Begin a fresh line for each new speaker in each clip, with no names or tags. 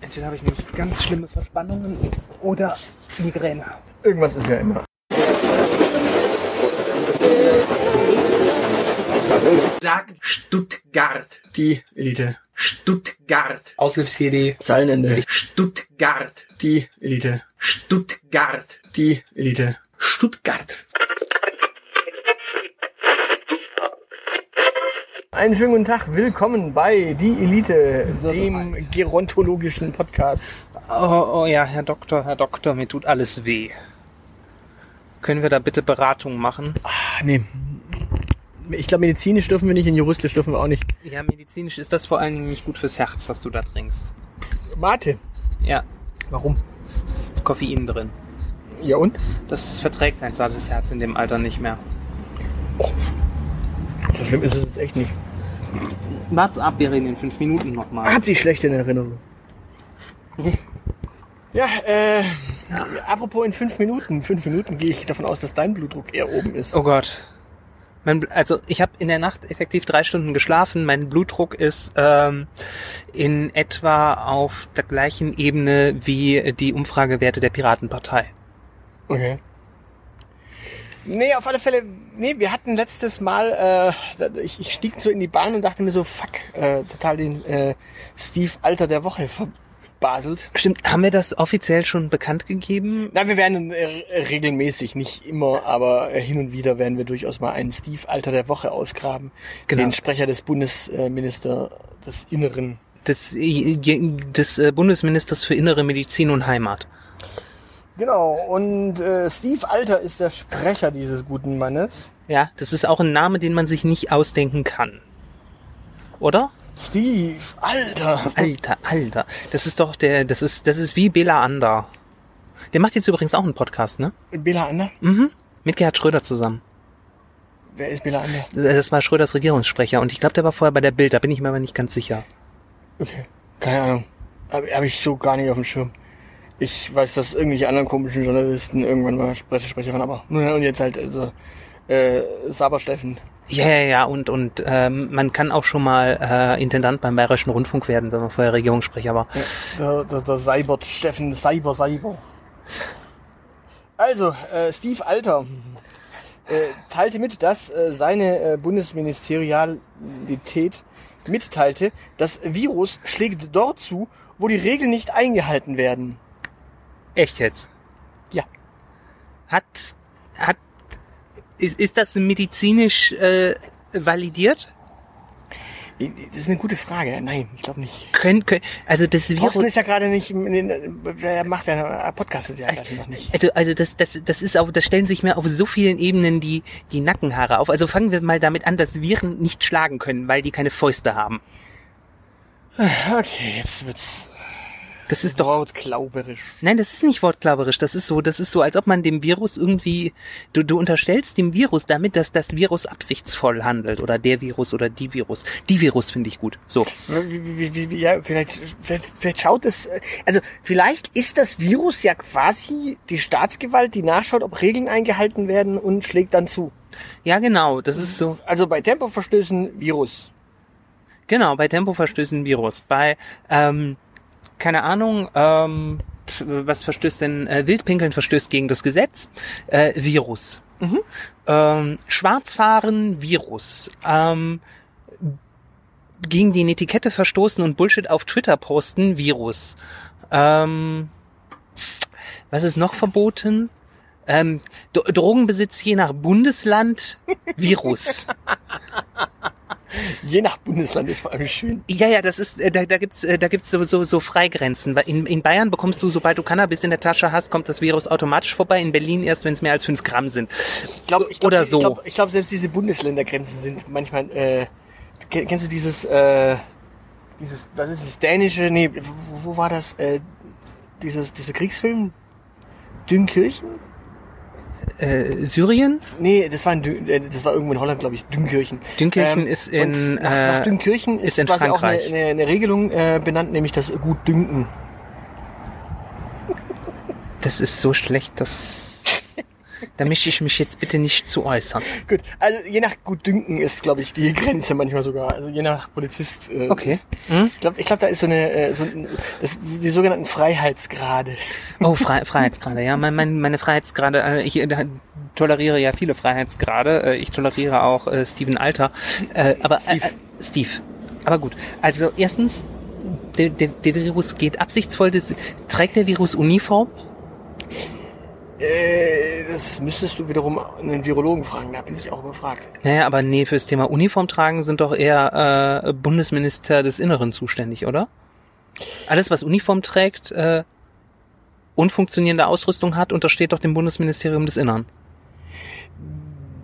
Manchen habe ich nämlich ganz schlimme Verspannungen oder Migräne.
Irgendwas ist ja immer.
Sag Stuttgart.
Die Elite.
Stuttgart.
Aushilfs-CD.
Zeilenende.
Stuttgart.
Die Elite.
Stuttgart.
Die Elite.
Stuttgart.
Einen schönen guten Tag. Willkommen bei Die Elite,
So
dem
bereit.
gerontologischen Podcast.
Oh, oh ja, Herr Doktor, Herr Doktor, mir tut alles weh. Können wir da bitte Beratung machen?
Ach, Ah, nee. Ich glaube, medizinisch dürfen wir nicht und juristisch dürfen wir auch nicht.
Ja, medizinisch ist das vor allen Dingen nicht gut fürs Herz, was du da trinkst.
Warte.
Ja,
Warum?
es ist Koffein drin.
Ja und?
Das verträgt sein zartes Herz in dem Alter nicht mehr.
So schlimm ist es jetzt echt nicht.
Wart's ab, wir reden in fünf Minuten nochmal.
Ah, Hab die schlechte in Erinnerung. Mhm. Ja, äh, apropos in fünf Minuten. In fünf Minuten gehe ich davon aus, dass dein Blutdruck eher oben ist.
Oh Gott. Mein, Bl- also ich habe in der Nacht effektiv drei Stunden geschlafen. Mein Blutdruck ist ähm, in etwa auf der gleichen Ebene wie die Umfragewerte der Piratenpartei.
Okay. Nee, auf alle Fälle, nee, wir hatten letztes Mal, äh, ich, ich stieg so in die Bahn und dachte mir so, fuck, äh, total den äh, Steve Alter der Woche verbaselt.
Stimmt, haben wir das offiziell schon bekannt gegeben?
Na, wir werden äh, regelmäßig, nicht immer, aber äh, hin und wieder werden wir durchaus mal einen Steve Alter der Woche ausgraben.
Genau.
Den Sprecher des Bundesminister äh, des Inneren.
Des, des äh, Bundesministers für Innere Medizin und Heimat.
Genau, und äh, Steve Alter ist der Sprecher dieses guten Mannes.
Ja, das ist auch ein Name, den man sich nicht ausdenken kann. Oder?
Steve Alter.
Alter, Alter. Das ist doch der, das ist, das ist wie Bela Ander. Der macht jetzt übrigens auch einen Podcast, ne?
Äh, Bela Ander?
Mhm. Mit Gerhard Schröder zusammen. Äh,
Wer ist Bela Ander?
Das war Schröders Regierungssprecher und ich glaube, der war vorher bei der Bild, da bin ich mir aber nicht ganz sicher.
Okay. Keine Ahnung. Habe hab ich so gar nicht auf dem Schirm. Ich weiß, dass irgendwelche anderen komischen Journalisten irgendwann mal Pressesprecher waren, aber nun ja, und jetzt halt also, äh, Sabersteffen.
Ja, ja, ja, und, und ähm, man kann auch schon mal äh, Intendant beim Bayerischen Rundfunk werden, wenn man vorher Regierungssprecher war.
Der, der, der Seibert Steffen, Cyber Cyber. Also, äh, Steve Alter äh, teilte mit, dass äh, seine äh, Bundesministerialität mitteilte, das Virus schlägt dort zu, wo die Regeln nicht eingehalten werden.
Echt jetzt?
Ja.
Hat, hat, ist, ist das medizinisch äh, validiert?
Das ist eine gute Frage. Nein, ich glaube nicht.
Können, können, also das Virus...
Thorsten ist ja gerade nicht, in den- der macht ja Podcast ja gerade noch nicht.
Also, also das, das, das ist auch, das stellen sich mir auf so vielen Ebenen die, die Nackenhaare auf. Also fangen wir mal damit an, dass Viren nicht schlagen können, weil die keine Fäuste haben.
Okay, jetzt wird's
Das ist doch.
wortklauberisch.
Nein, das ist nicht wortklaberisch. Das ist so, das ist so, als ob man dem Virus irgendwie. Du, du unterstellst dem Virus damit, dass das Virus absichtsvoll handelt. Oder der Virus oder die Virus. Die Virus finde ich gut. So.
Wie- wie- wie- wie- wie- Ja, vielleicht, vielleicht, vielleicht schaut es, also vielleicht ist das Virus ja quasi die Staatsgewalt, die nachschaut, ob Regeln eingehalten werden und schlägt dann zu.
Ja, genau, das ist so.
Also bei Tempoverstößen Virus.
Genau, bei Tempoverstößen Virus. Bei, ähm, keine Ahnung, ähm, pf, was verstößt denn? Äh, Wildpinkeln verstößt gegen das Gesetz. Äh, Virus. Ähm, Schwarzfahren, Virus. Ähm, gegen die Netiquette verstoßen und Bullshit auf Twitter posten, Virus. Ähm, was ist noch verboten? Ähm, Dro- Drogenbesitz je nach Bundesland, Virus.
Je nach Bundesland ist vor allem schön.
Ja, ja, das ist, äh, da, da gibt's, äh, da gibt's so, so, so Freigrenzen. Weil In, in Bayern bekommst du, sobald du Cannabis in der Tasche hast, kommt das Virus automatisch vorbei. In Berlin erst, wenn es mehr als fünf Gramm sind.
Ich glaube, ich glaube,
Oder so.
ich glaube, ich glaube, selbst diese Bundesländergrenzen sind manchmal. Äh, ke- kennst du dieses, äh, dieses, was ist das dänische? Nee, wo, wo war das? Äh, dieses, diese Kriegsfilm? Dünkirchen?
Äh, Syrien?
Nee, das war, in, Dün- äh, das war irgendwo in Holland, glaube ich. Dünkirchen. Ähm,
Dünkirchen ist in,
und Nach, nach
äh,
Dünkirchen ist,
ist in
quasi auch eine,
Frankreich.
eine, eine Regelung äh, benannt, nämlich das gut dünken.
Das ist so schlecht, das. Da möchte ich mich jetzt bitte nicht zu äußern.
Gut, also je nach Gutdünken ist, glaube ich, die Grenze manchmal sogar. Also je nach Polizist. Äh,
Okay.
Ich glaube, ich glaub, da ist so eine, äh, so ein, das, die sogenannten Freiheitsgrade.
Oh, Fre Freiheitsgrade, ja. Mein, mein, meine Freiheitsgrade, äh, ich äh, toleriere ja viele Freiheitsgrade. Äh, ich toleriere auch äh, Steven Alter. Äh, aber äh,
Steve.
Äh, Steve. Aber gut. Also erstens, der, der, der Virus geht absichtsvoll. Das, trägt der Virus Uniform?
Äh, das müsstest du wiederum einen Virologen fragen, da bin ich auch überfragt.
Naja, aber nee, fürs Thema Uniform tragen sind doch eher äh, Bundesminister des Inneren zuständig, oder? Alles, was Uniform trägt äh, und funktionierende Ausrüstung hat, untersteht doch dem Bundesministerium des Innern.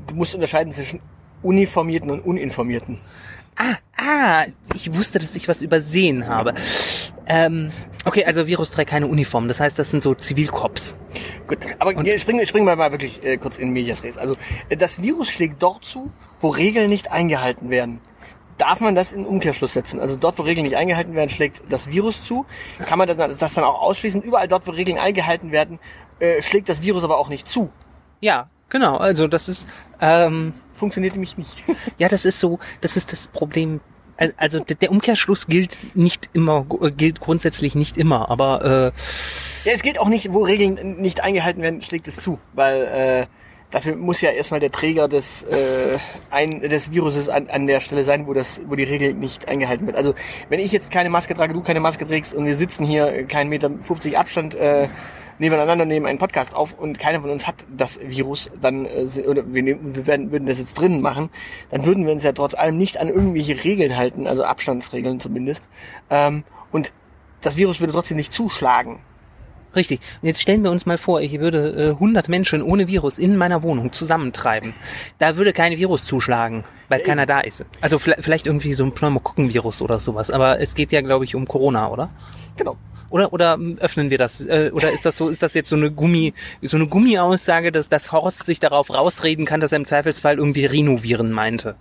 Du musst unterscheiden zwischen Uniformierten und Uninformierten.
Ah, ich wusste, dass ich was übersehen habe. Ähm, okay, also Virus trägt keine Uniform. Das heißt, das sind so Zivilcops.
Gut, aber
Und-
wir springen, springen wir mal wirklich äh, kurz in Medias Res. Also äh, das Virus schlägt dort zu, wo Regeln nicht eingehalten werden. Darf man das in Umkehrschluss setzen? Also dort, wo Regeln nicht eingehalten werden, schlägt das Virus zu. Kann man das, das dann auch ausschließen? Überall dort, wo Regeln eingehalten werden, äh, schlägt das Virus aber auch nicht zu.
Ja, genau. Also das ist ähm,
Funktioniert nämlich nicht.
ja, das ist so, das ist das Problem. Al- Also d- der Umkehrschluss gilt nicht immer, äh, gilt grundsätzlich nicht immer, aber äh,
ja, es gilt auch nicht, wo Regeln nicht eingehalten werden, schlägt es zu. Weil äh, dafür muss ja erstmal der Träger des, äh, ein, des Viruses an, an der Stelle sein, wo, das, wo die Regel nicht eingehalten wird. Also wenn ich jetzt keine Maske trage, du keine Maske trägst und wir sitzen hier äh, keinen Meter 50 Abstand äh, nebeneinander nehmen einen Podcast auf und keiner von uns hat das Virus, dann äh, se- oder wir, nehmen- wir werden, würden das jetzt drinnen machen, dann würden wir uns ja trotz allem nicht an irgendwelche Regeln halten, also Abstandsregeln zumindest. Ähm, und das Virus würde trotzdem nicht zuschlagen.
Richtig. Und jetzt stellen wir uns mal vor, ich würde äh, 100 Menschen ohne Virus in meiner Wohnung zusammentreiben. Da würde kein Virus zuschlagen, weil keiner da ist. Also vielleicht, vielleicht irgendwie so ein Pneumokokkenvirus oder sowas. Aber es geht ja, glaube ich, um Corona, oder?
Genau.
Oder oder m, öffnen wir das? Äh, oder ist das so? Ist das jetzt so eine Gummi, so eine Gummiaussage, dass das Horst sich darauf rausreden kann, dass er im Zweifelsfall irgendwie Rhinoviren meinte?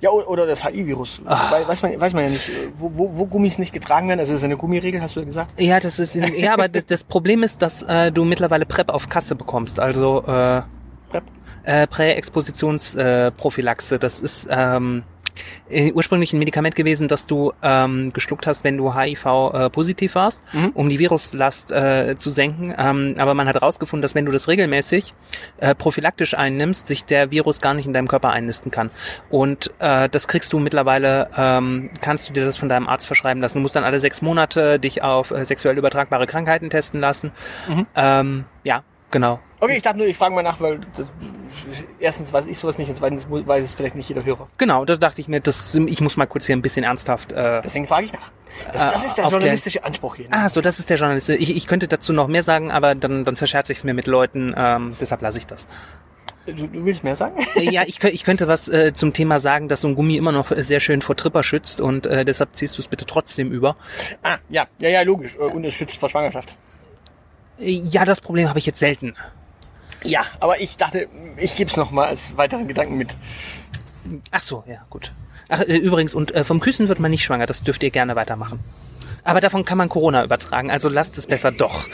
Ja, o- oder das HI-Virus.
Ah.
Wei- Weiß man, weiß man ja nicht, äh, wo, wo, wo Gummis nicht getragen werden. Also das ist eine Gummiregel, hast du ja gesagt.
Ja, das ist ja, aber das, das Problem ist, dass äh, du mittlerweile Präp auf Kasse bekommst. Also äh,
PrEP?
Äh, Präexpositionsprophylaxe. Äh, Prophylaxe. das ist ähm, äh, ursprünglich ein Medikament gewesen, das du ähm, geschluckt hast, wenn du HIV-positiv äh, warst, um die Viruslast äh, zu senken. Ähm, aber man hat herausgefunden, dass wenn du das regelmäßig äh, prophylaktisch einnimmst, sich der Virus gar nicht in deinem Körper einnisten kann. Und äh, das kriegst du mittlerweile, ähm, kannst du dir das von deinem Arzt verschreiben lassen. Du musst dann alle sechs Monate dich auf äh, sexuell übertragbare Krankheiten testen lassen. Ähm, ja, genau.
Okay, ich dachte nur, ich frage mal nach, weil das, erstens weiß ich sowas nicht und zweitens mu- weiß es vielleicht nicht jeder Hörer.
Genau, da dachte ich mir, das, ich muss mal kurz hier ein bisschen ernsthaft. Äh,
Deswegen frage ich nach. Das,
Äh,
das ist der
auf der-
journalistische Anspruch hier. ne?
ah, so, das ist der Journalist. Ich, ich könnte dazu noch mehr sagen, aber dann, dann verscherze ich es mir mit Leuten, ähm, deshalb lasse ich das.
Du, du willst mehr sagen?
Äh, ja, ich, kö- ich könnte was äh, zum Thema sagen, dass so ein Gummi immer noch äh, sehr schön vor Tripper schützt und äh, deshalb ziehst du es bitte trotzdem über.
ah, ja, ja, ja, logisch. Äh, Und es schützt vor Schwangerschaft.
Äh, ja, das Problem habe ich jetzt selten.
Ja, aber ich dachte, ich gebe es nochmal als weiteren Gedanken mit.
Ach so, ja, gut. Ach, äh, übrigens, und äh, vom Küssen wird man nicht schwanger, das dürft ihr gerne weitermachen. Aber davon kann man Corona übertragen, also lasst es besser doch.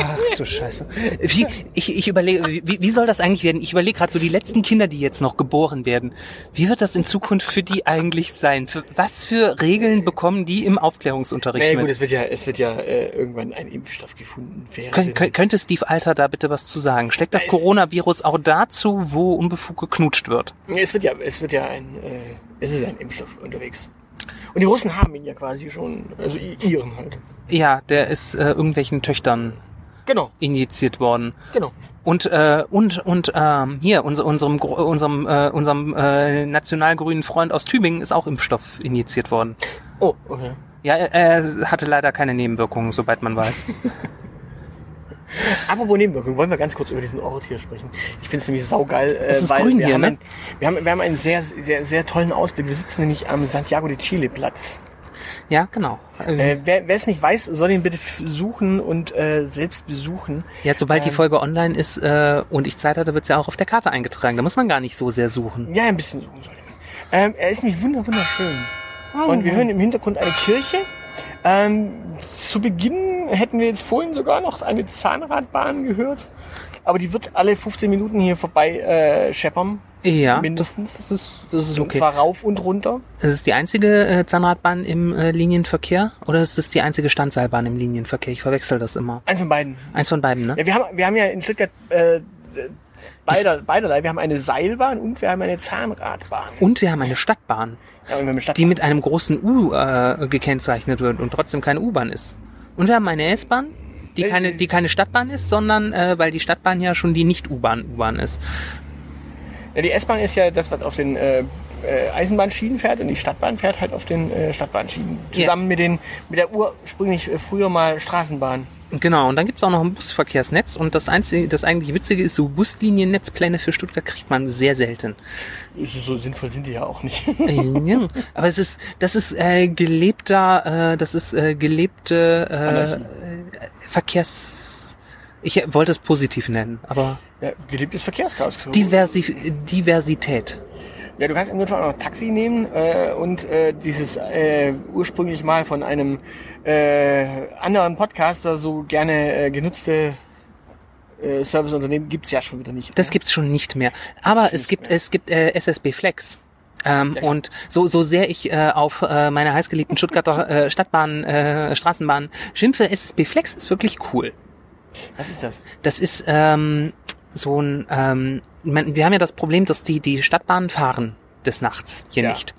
Ach du Scheiße. Wie, ich ich überlege, wie, wie soll das eigentlich werden? Ich überlege gerade so die letzten Kinder, die jetzt noch geboren werden. Wie wird das in Zukunft für die eigentlich sein? Für, was für Regeln bekommen die im Aufklärungsunterricht
Naja, gut,
mit?
es wird ja, es wird ja äh, irgendwann ein Impfstoff gefunden. Wäre
Kön kön könnte Steve Alter da bitte was zu sagen? Schlägt das Coronavirus auch dazu, wo unbefugt geknutscht wird?
Es wird ja, es wird ja ein, äh, es ist ein Impfstoff unterwegs. Und die Russen haben ihn ja quasi schon, also i- ihren halt.
Ja, der ist äh, irgendwelchen Töchtern
Genau,
injiziert worden.
genau.
Und äh, und und ähm, hier unser, unserem Gro- unserem äh, unserem äh, nationalgrünen Freund aus Tübingen ist auch Impfstoff injiziert worden.
Oh, okay.
Ja, er, er hatte leider keine Nebenwirkungen, soweit man weiß.
Apropos Nebenwirkungen, wollen wir ganz kurz über diesen Ort hier sprechen. Ich finde es nämlich saugeil, äh,
Es ist
weil
grün
wir,
hier,
haben
ne?
ein, wir, haben, wir haben einen sehr, sehr, sehr tollen Ausblick. Wir sitzen nämlich am Santiago de Chile Platz.
ja, genau. Äh,
Äh, wer wer es nicht weiß, soll ihn bitte f- suchen und äh, selbst besuchen.
ja, sobald die
ähm,
Folge online ist äh, und ich Zeit hatte, wird's ja auch auf der Karte eingetragen. Da muss man gar nicht so sehr suchen.
Ja, ein bisschen suchen sollte man. Ähm, er ist nämlich wunder wunderschön. Und wir hören im Hintergrund eine Kirche. Ähm, zu Beginn hätten wir jetzt vorhin sogar noch eine Zahnradbahn gehört. aber die wird alle 15 Minuten hier vorbei äh, scheppern,
Ja.
mindestens.
Das ist, das ist
Und
okay.
zwar rauf und runter.
Ist es die einzige äh, Zahnradbahn im äh, Linienverkehr oder ist es die einzige Standseilbahn im Linienverkehr? Ich verwechsel das immer.
Eins von beiden.
Eins von beiden, ne?
Ja, wir haben, wir haben ja in Stuttgart äh, beider, beiderlei. Wir haben eine Seilbahn und wir haben eine Zahnradbahn.
Und wir haben eine Stadtbahn,
Ja, und wir haben eine Stadt
die mit einem großen U äh, gekennzeichnet wird und trotzdem keine U-Bahn ist. Und wir haben eine S-Bahn, die
Äh,
keine, die keine Stadtbahn ist, sondern äh, weil die Stadtbahn ja schon die Nicht-U-Bahn U-Bahn ist.
ja, die S-Bahn ist ja das, was auf den äh, äh, Eisenbahnschienen fährt und die Stadtbahn fährt halt auf den äh, Stadtbahnschienen.
Ja.
Zusammen mit, den, mit der ursprünglich äh, früher mal Straßenbahn.
Genau, und dann gibt's auch noch ein Busverkehrsnetz und das einzige, das eigentlich Witzige ist, so Busliniennetzpläne für Stuttgart kriegt man sehr selten. Äh,
So sinnvoll sind die ja auch nicht.
ja, aber es ist, das ist äh, gelebter, äh, das ist äh, gelebte äh,
Anarchie.
äh, Verkehrs. Ich wollte es positiv nennen, aber
Ja, geliebtes Verkehrschaos. So.
Diversi Diversität.
Ja, du kannst im Grunde auch noch ein Taxi nehmen äh, und äh, dieses äh, ursprünglich mal von einem äh, anderen Podcaster so gerne äh, genutzte äh, Serviceunternehmen gibt's ja schon wieder nicht.
Das
ne?
gibt's schon nicht mehr. Aber es
nicht
gibt,
mehr.
es gibt äh, SSB Flex. Ähm,
Ja.
Und so, so sehr ich äh, auf äh, meine heißgeliebten Stuttgarter äh, Stadtbahnen, äh, Straßenbahnen schimpfe, SSB Flex ist wirklich cool.
Was ist das?
Das ist ähm, so ein. Ähm, man, wir haben ja das Problem, dass die die Stadtbahnen fahren des Nachts hier
Ja.
nicht.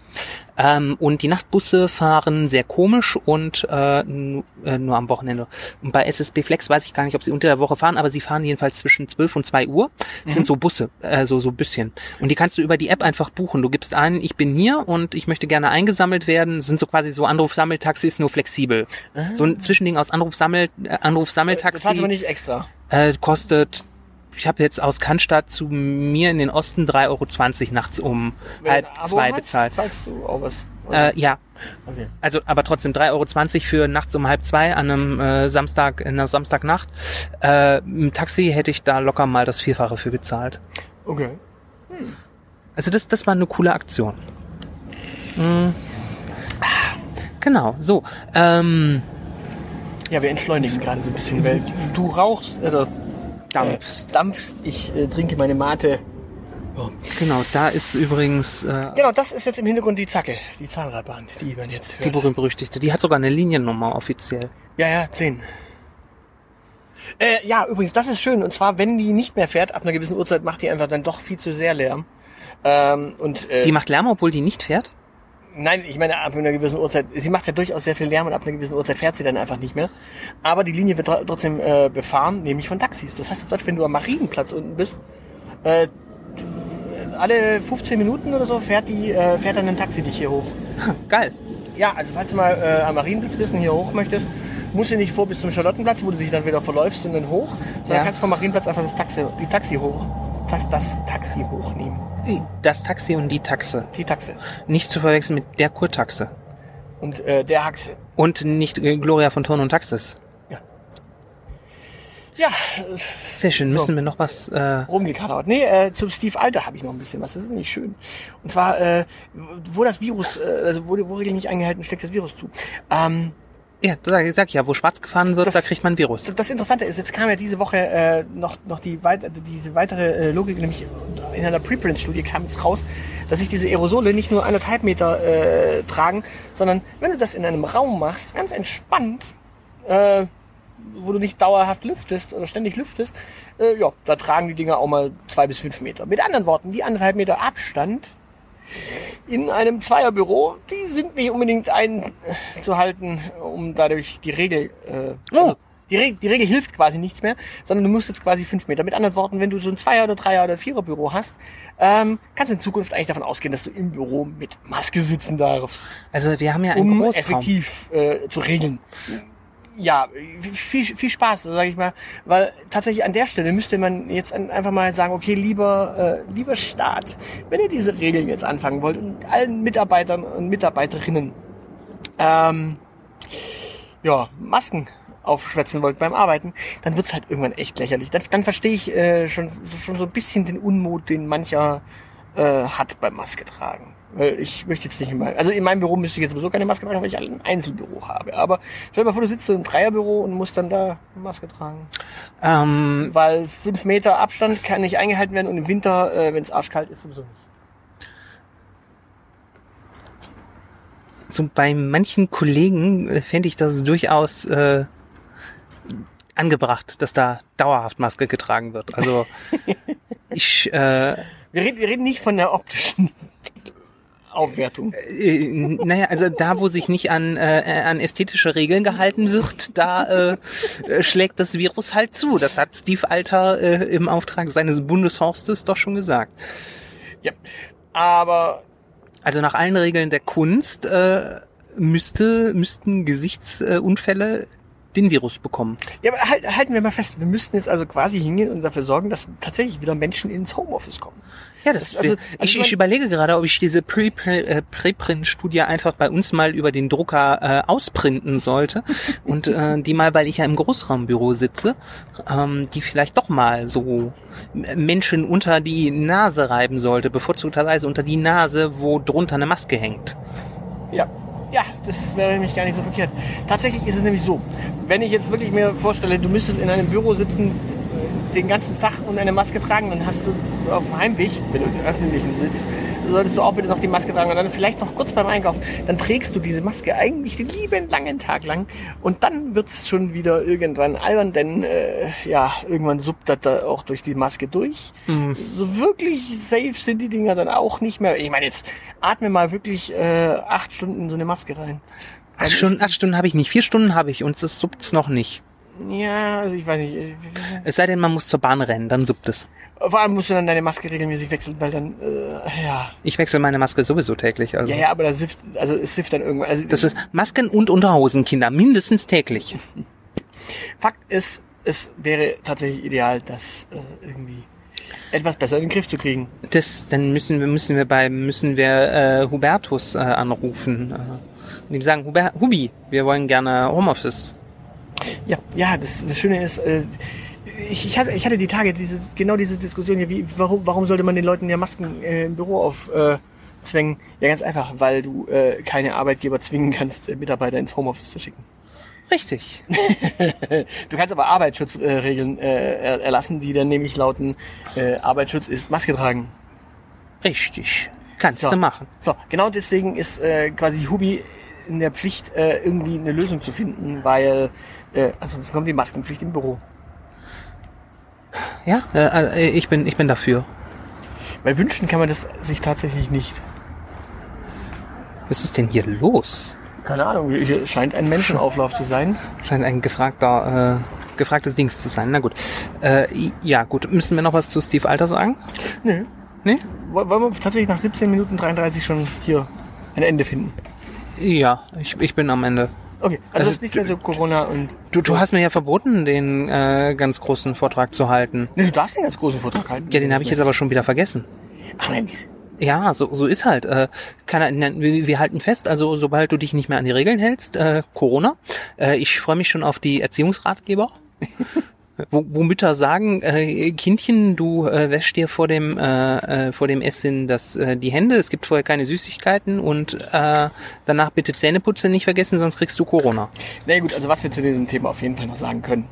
Ähm, und die Nachtbusse fahren sehr komisch und äh, nu- äh, nur am Wochenende. Und bei SSB Flex weiß ich gar nicht, ob sie unter der Woche fahren, aber sie fahren jedenfalls zwischen 12 und 2 Uhr. Das
Mhm.
sind so Busse, äh, so, so bisschen. Und die kannst du über die App einfach buchen. Du gibst ein, ich bin hier und ich möchte gerne eingesammelt werden. Das sind so quasi so Anrufsammeltaxis, nur flexibel. So ein Zwischending aus Anrufsammel, äh, Anrufsammeltaxi.
Ah. Das hat's aber nicht extra.
Äh, kostet, ich habe jetzt aus Cannstatt zu mir in den Osten 3,20 Euro nachts um
Wenn
halb
du ein Abo
zwei
hast,
bezahlt.
Zahlst du auch was?
Äh, ja,
okay.
also aber trotzdem 3,20 Euro für nachts um halb zwei an einem äh, Samstag, in einer Samstagnacht. Äh, Im Taxi hätte ich da locker mal das Vierfache für gezahlt.
okay.
Also das, das war eine coole Aktion. Mm. Genau, so. Ähm,
Ja, wir entschleunigen gerade so ein bisschen, weil du rauchst, also
Dampfst.
Äh, dampfst. Ich äh, trinke meine Mate.
genau, da ist übrigens äh,
Genau, das ist jetzt im Hintergrund die Zacke, die Zahnradbahn, die man jetzt hört.
die berühmt-berüchtigte. Die hat sogar eine Liniennummer offiziell.
Ja, ja, 10. Äh, ja, übrigens, das ist schön. Und zwar, wenn die nicht mehr fährt, ab einer gewissen Uhrzeit macht die einfach dann doch viel zu sehr Lärm. Ähm, und äh,
Die macht Lärm, obwohl die nicht fährt?
nein, ich meine, ab einer gewissen Uhrzeit, sie macht ja durchaus sehr viel Lärm und ab einer gewissen Uhrzeit fährt sie dann einfach nicht mehr. Aber die Linie wird tr- trotzdem äh, befahren, nämlich von Taxis. Das heißt auf Deutsch, wenn du am Marienplatz unten bist, äh, alle 15 Minuten oder so fährt die, äh, fährt dann ein Taxi dich hier hoch.
Geil.
Ja, also falls du mal äh, am Marienplatz bist und hier hoch möchtest, musst du nicht vor bis zum Charlottenplatz, wo du dich dann wieder verläufst und dann hoch, sondern
Ja.
kannst vom Marienplatz einfach das Taxi, die Taxi hoch, das, das Taxi hochnehmen.
Das Taxi und die Taxe.
Die Taxe.
Nicht zu verwechseln mit der Kurtaxe.
Und äh, der Haxe.
Und nicht äh, Gloria von Ton und Taxis.
Ja, äh,
Sehr schön.
So.
Müssen wir noch was... Äh,
rumgekadert. Nee, äh, zum Steve Alter habe ich noch ein bisschen was. Das ist nicht schön. Und zwar, äh, wo das Virus, äh, also wo, wo Regeln nicht eingehalten, steckt das Virus zu. Ähm,
ja, sag, ich sag ja, wo schwarz gefahren wird,
Das-
da kriegt man Virus.
So, Das Interessante ist, jetzt kam ja diese Woche äh, noch, noch die weit, diese weitere äh, Logik, nämlich in einer Preprint-Studie kam jetzt raus, dass sich diese Aerosole nicht nur anderthalb Meter äh, tragen, sondern wenn du das in einem Raum machst, ganz entspannt, äh, wo du nicht dauerhaft lüftest oder ständig lüftest, äh, ja, da tragen die Dinger auch mal zwei bis fünf Meter. Mit anderen Worten, die anderthalb Meter Abstand in einem Zweierbüro, die sind nicht unbedingt einzuhalten, um dadurch die Regel, äh, also die, Re die Regel hilft quasi nichts mehr, sondern du musst jetzt quasi fünf Meter. Mit anderen Worten, wenn du so ein Zweier- oder Dreier- oder Viererbüro hast, ähm, kannst du in Zukunft eigentlich davon ausgehen, dass du im Büro mit Maske sitzen darfst,
Also wir haben ja einen
um
Großraum.
effektiv äh, zu regeln. Ja, viel, viel Spaß, sage ich mal, weil tatsächlich an der Stelle müsste man jetzt an- einfach mal sagen, okay, lieber, äh, lieber Staat, wenn ihr diese Regeln jetzt anfangen wollt und allen Mitarbeitern und Mitarbeiterinnen ähm, ja, Masken aufschwätzen wollt beim Arbeiten, dann wird's halt irgendwann echt lächerlich. Dann, dann verstehe ich äh, schon, schon so ein bisschen den Unmut, den mancher äh, hat beim Maske tragen. Weil ich möchte jetzt nicht in meinem, also in meinem Büro müsste ich jetzt sowieso keine Maske tragen, weil ich ein Einzelbüro habe. Aber stell dir mal vor, du sitzt so im Dreierbüro und musst dann da eine Maske tragen.
Ähm,
Weil fünf Meter Abstand kann nicht eingehalten werden und im Winter, äh, wenn es arschkalt ist, sowieso nicht.
so bei manchen Kollegen äh, fände ich das durchaus äh, angebracht, dass da dauerhaft Maske getragen wird. Also ich äh,
Wir reden, wir reden nicht von der optischen Aufwertung.
Äh, naja, also da, wo sich nicht an, äh, an ästhetische Regeln gehalten wird, da äh, äh, schlägt das Virus halt zu. Das hat Steve Alter äh, im Auftrag seines Bundeshorstes doch schon gesagt.
Ja. Aber
Also nach allen Regeln der Kunst äh, müsste, müssten Gesichtsunfälle den Virus bekommen.
Ja, aber halt, halten wir mal fest, wir müssten jetzt also quasi hingehen und dafür sorgen, dass tatsächlich wieder Menschen ins Homeoffice kommen.
Ja, das,
Also- also
ich,
ich mein-
ich überlege gerade, ob ich diese Pre- Pre- äh, Preprint-Studie einfach bei uns mal über den Drucker äh, ausprinten sollte und äh, die mal, weil ich ja im Großraumbüro sitze, ähm, die vielleicht doch mal so M- Menschen unter die Nase reiben sollte, bevorzugterweise unter die Nase, wo drunter eine Maske hängt.
Ja. Ja, das wäre nämlich gar nicht so verkehrt. Tatsächlich ist es nämlich so, wenn ich jetzt wirklich mir vorstelle, du müsstest in einem Büro sitzen äh, den ganzen Tag und eine Maske tragen, dann hast du auf dem Heimweg, wenn du in den öffentlichen sitzt, solltest du auch bitte noch die Maske tragen und dann vielleicht noch kurz beim Einkaufen, dann trägst du diese Maske eigentlich den lieben langen Tag lang und dann wird's schon wieder irgendwann albern, denn äh, ja, irgendwann suppt das da auch durch die Maske durch.
Mhm.
so wirklich safe sind die Dinger dann auch nicht mehr. Ich meine, jetzt atme mal wirklich äh, acht Stunden in so eine Maske rein. Dann
Acht Stunden,
ist-
acht Stunden habe ich nicht, vier Stunden habe ich und das suppt's noch nicht.
Ja, also ich weiß nicht. äh,
Es sei denn, man muss zur Bahn rennen, dann suppt es.
Vor allem musst du dann deine Maske regelmäßig wechseln, weil dann, äh, ja.
Ich wechsle meine Maske sowieso täglich. Also.
Ja, ja, aber da sift, also es sift dann irgendwann. Also
Das ist Masken und Unterhosen, Kinder, mindestens täglich.
Fakt ist, es wäre tatsächlich ideal, das äh, irgendwie etwas besser in den Griff zu kriegen.
Das, dann müssen wir müssen wir bei müssen wir äh, Hubertus äh, anrufen äh, und ihm sagen, Huber, Hubi, wir wollen gerne Homeoffice.
Ja, ja, das, das Schöne ist, äh, ich, ich, hatte, ich hatte die Tage diese, genau diese Diskussion hier, wie, warum, warum sollte man den Leuten ja Masken äh, im Büro aufzwängen? Äh, zwängen? ja, ganz einfach, weil du äh, keine Arbeitgeber zwingen kannst, äh, Mitarbeiter ins Homeoffice zu schicken.
Richtig.
Du kannst aber Arbeitsschutzregeln äh, er- erlassen, die dann nämlich lauten, äh, Arbeitsschutz ist Maske tragen.
Richtig. Kannst
So.
du machen.
So, genau deswegen ist äh, quasi Hubi in der Pflicht, äh, irgendwie eine Lösung zu finden, weil äh, ansonsten kommt die Maskenpflicht im Büro.
Ja, äh, äh, ich bin ich bin dafür.
Weil wünschen kann man das sich tatsächlich nicht.
Was ist denn hier los?
Keine Ahnung, hier scheint ein Menschenauflauf zu sein.
Scheint ein gefragter äh, gefragtes Dings zu sein. Na gut. Äh, ja, gut. Müssen wir noch was zu Steve Alter sagen?
Nö.
Nee?
Woll- Wollen wir tatsächlich nach 17 Minuten 33 schon hier ein Ende finden?
Ja, ich, ich bin am Ende.
Okay, also, das ist nichts mehr so Corona und...
Du, du hast mir ja verboten, den äh, ganz großen Vortrag zu halten.
Ne, du darfst den ganz großen Vortrag halten.
Ja, den habe ich jetzt aber schon wieder vergessen.
Ach Mensch.
Ja, so, so ist halt. Äh, kann, nein, wir, wir halten fest, also sobald du dich nicht mehr an die Regeln hältst, äh, Corona. Äh, ich freue mich schon auf die Erziehungsratgeber. Wo, wo Mütter sagen, äh, Kindchen, du äh, wäschst dir vor dem äh, äh, vor dem Essen das äh, die Hände. Es gibt vorher keine Süßigkeiten und äh, danach bitte Zähneputzen nicht vergessen, sonst kriegst du Corona.
Na gut, also was wir zu diesem Thema auf jeden Fall noch sagen können,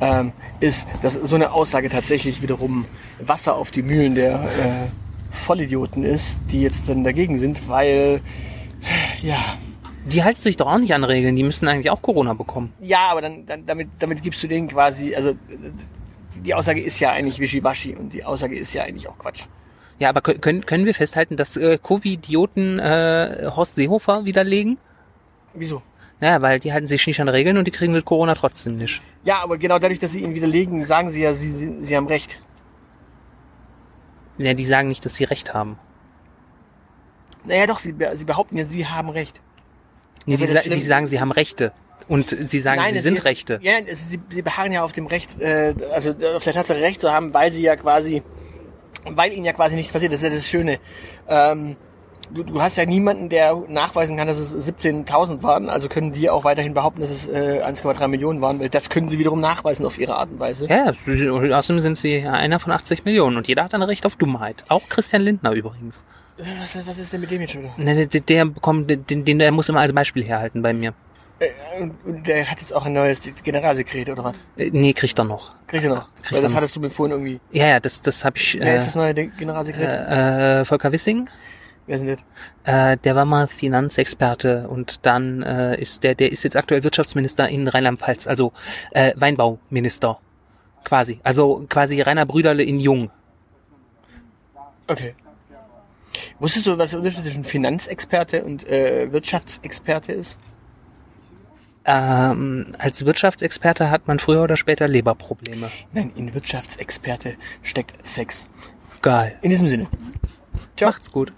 ähm, ist, dass so eine Aussage tatsächlich wiederum Wasser auf die Mühlen der äh, Vollidioten ist, die jetzt dann dagegen sind, weil... Ja,
Die halten sich doch auch nicht an Regeln. Die müssen eigentlich auch Corona bekommen.
Ja, aber dann, dann damit, damit gibst du denen quasi, also äh, die Aussage ist ja eigentlich wischiwaschi und die Aussage ist ja eigentlich auch Quatsch.
Ja, aber kö- können können wir festhalten, dass äh, Covid-Idioten äh, Horst Seehofer widerlegen?
Wieso?
Naja, weil die halten sich nicht an Regeln und die kriegen mit Corona trotzdem nicht.
Ja, aber genau dadurch, dass sie ihn widerlegen, sagen sie ja, sie, sie, sie haben recht.
Ja, die sagen nicht, dass sie recht haben.
Naja doch, sie, be- sie behaupten ja, sie haben recht.
Nee,
Ja,
die,
aber
sa
das
die
Schlimmste-
sagen, sie haben Rechte. Und sie sagen, sie
es
sind
geht-
Rechte.
Ja, nein, es, sie, sie beharren ja auf dem Recht, äh, also auf der Tatsache Recht zu haben, weil sie ja quasi, weil ihnen ja quasi nichts passiert. Das ist ja das Schöne. Ähm, du, du hast ja niemanden, der nachweisen kann, dass es 17.000 waren. Also können die auch weiterhin behaupten, dass es äh, 1,3 Millionen waren, weil das können sie wiederum nachweisen auf ihre Art und Weise.
Ja, sie- außerdem sind sie einer von 80 Millionen und jeder hat ein Recht auf Dummheit. Auch Christian Lindner übrigens.
Was, was ist denn mit dem jetzt schon wieder?
Ne, Der, der bekommt, den, den der muss immer als Beispiel herhalten bei mir.
Äh, und- und der hat jetzt auch ein neues Generalsekret oder was?
Äh, Nee, kriegt er noch.
Kriegt er noch?
Kriegt
Weil das
er-
hattest du mir vorhin irgendwie.
Ja, ja, das, das habe ich.
Wer ist
Äh,
das neue De- Generalsekret?
äh, Volker Wissing,
Wer sind das?
äh, der war mal Finanzexperte und dann äh, ist der, der ist jetzt aktuell Wirtschaftsminister in Rheinland-Pfalz, also äh, Weinbauminister. Quasi. Also quasi Rainer Brüderle in Jung.
Okay. Wusstest du, was der Unterschied zwischen Finanzexperte und äh, Wirtschaftsexperte ist?
Ähm, als Wirtschaftsexperte hat man früher oder später Leberprobleme.
Nein, in Wirtschaftsexperte steckt Sex.
Geil.
In diesem Sinne. Ciao.
Macht's gut.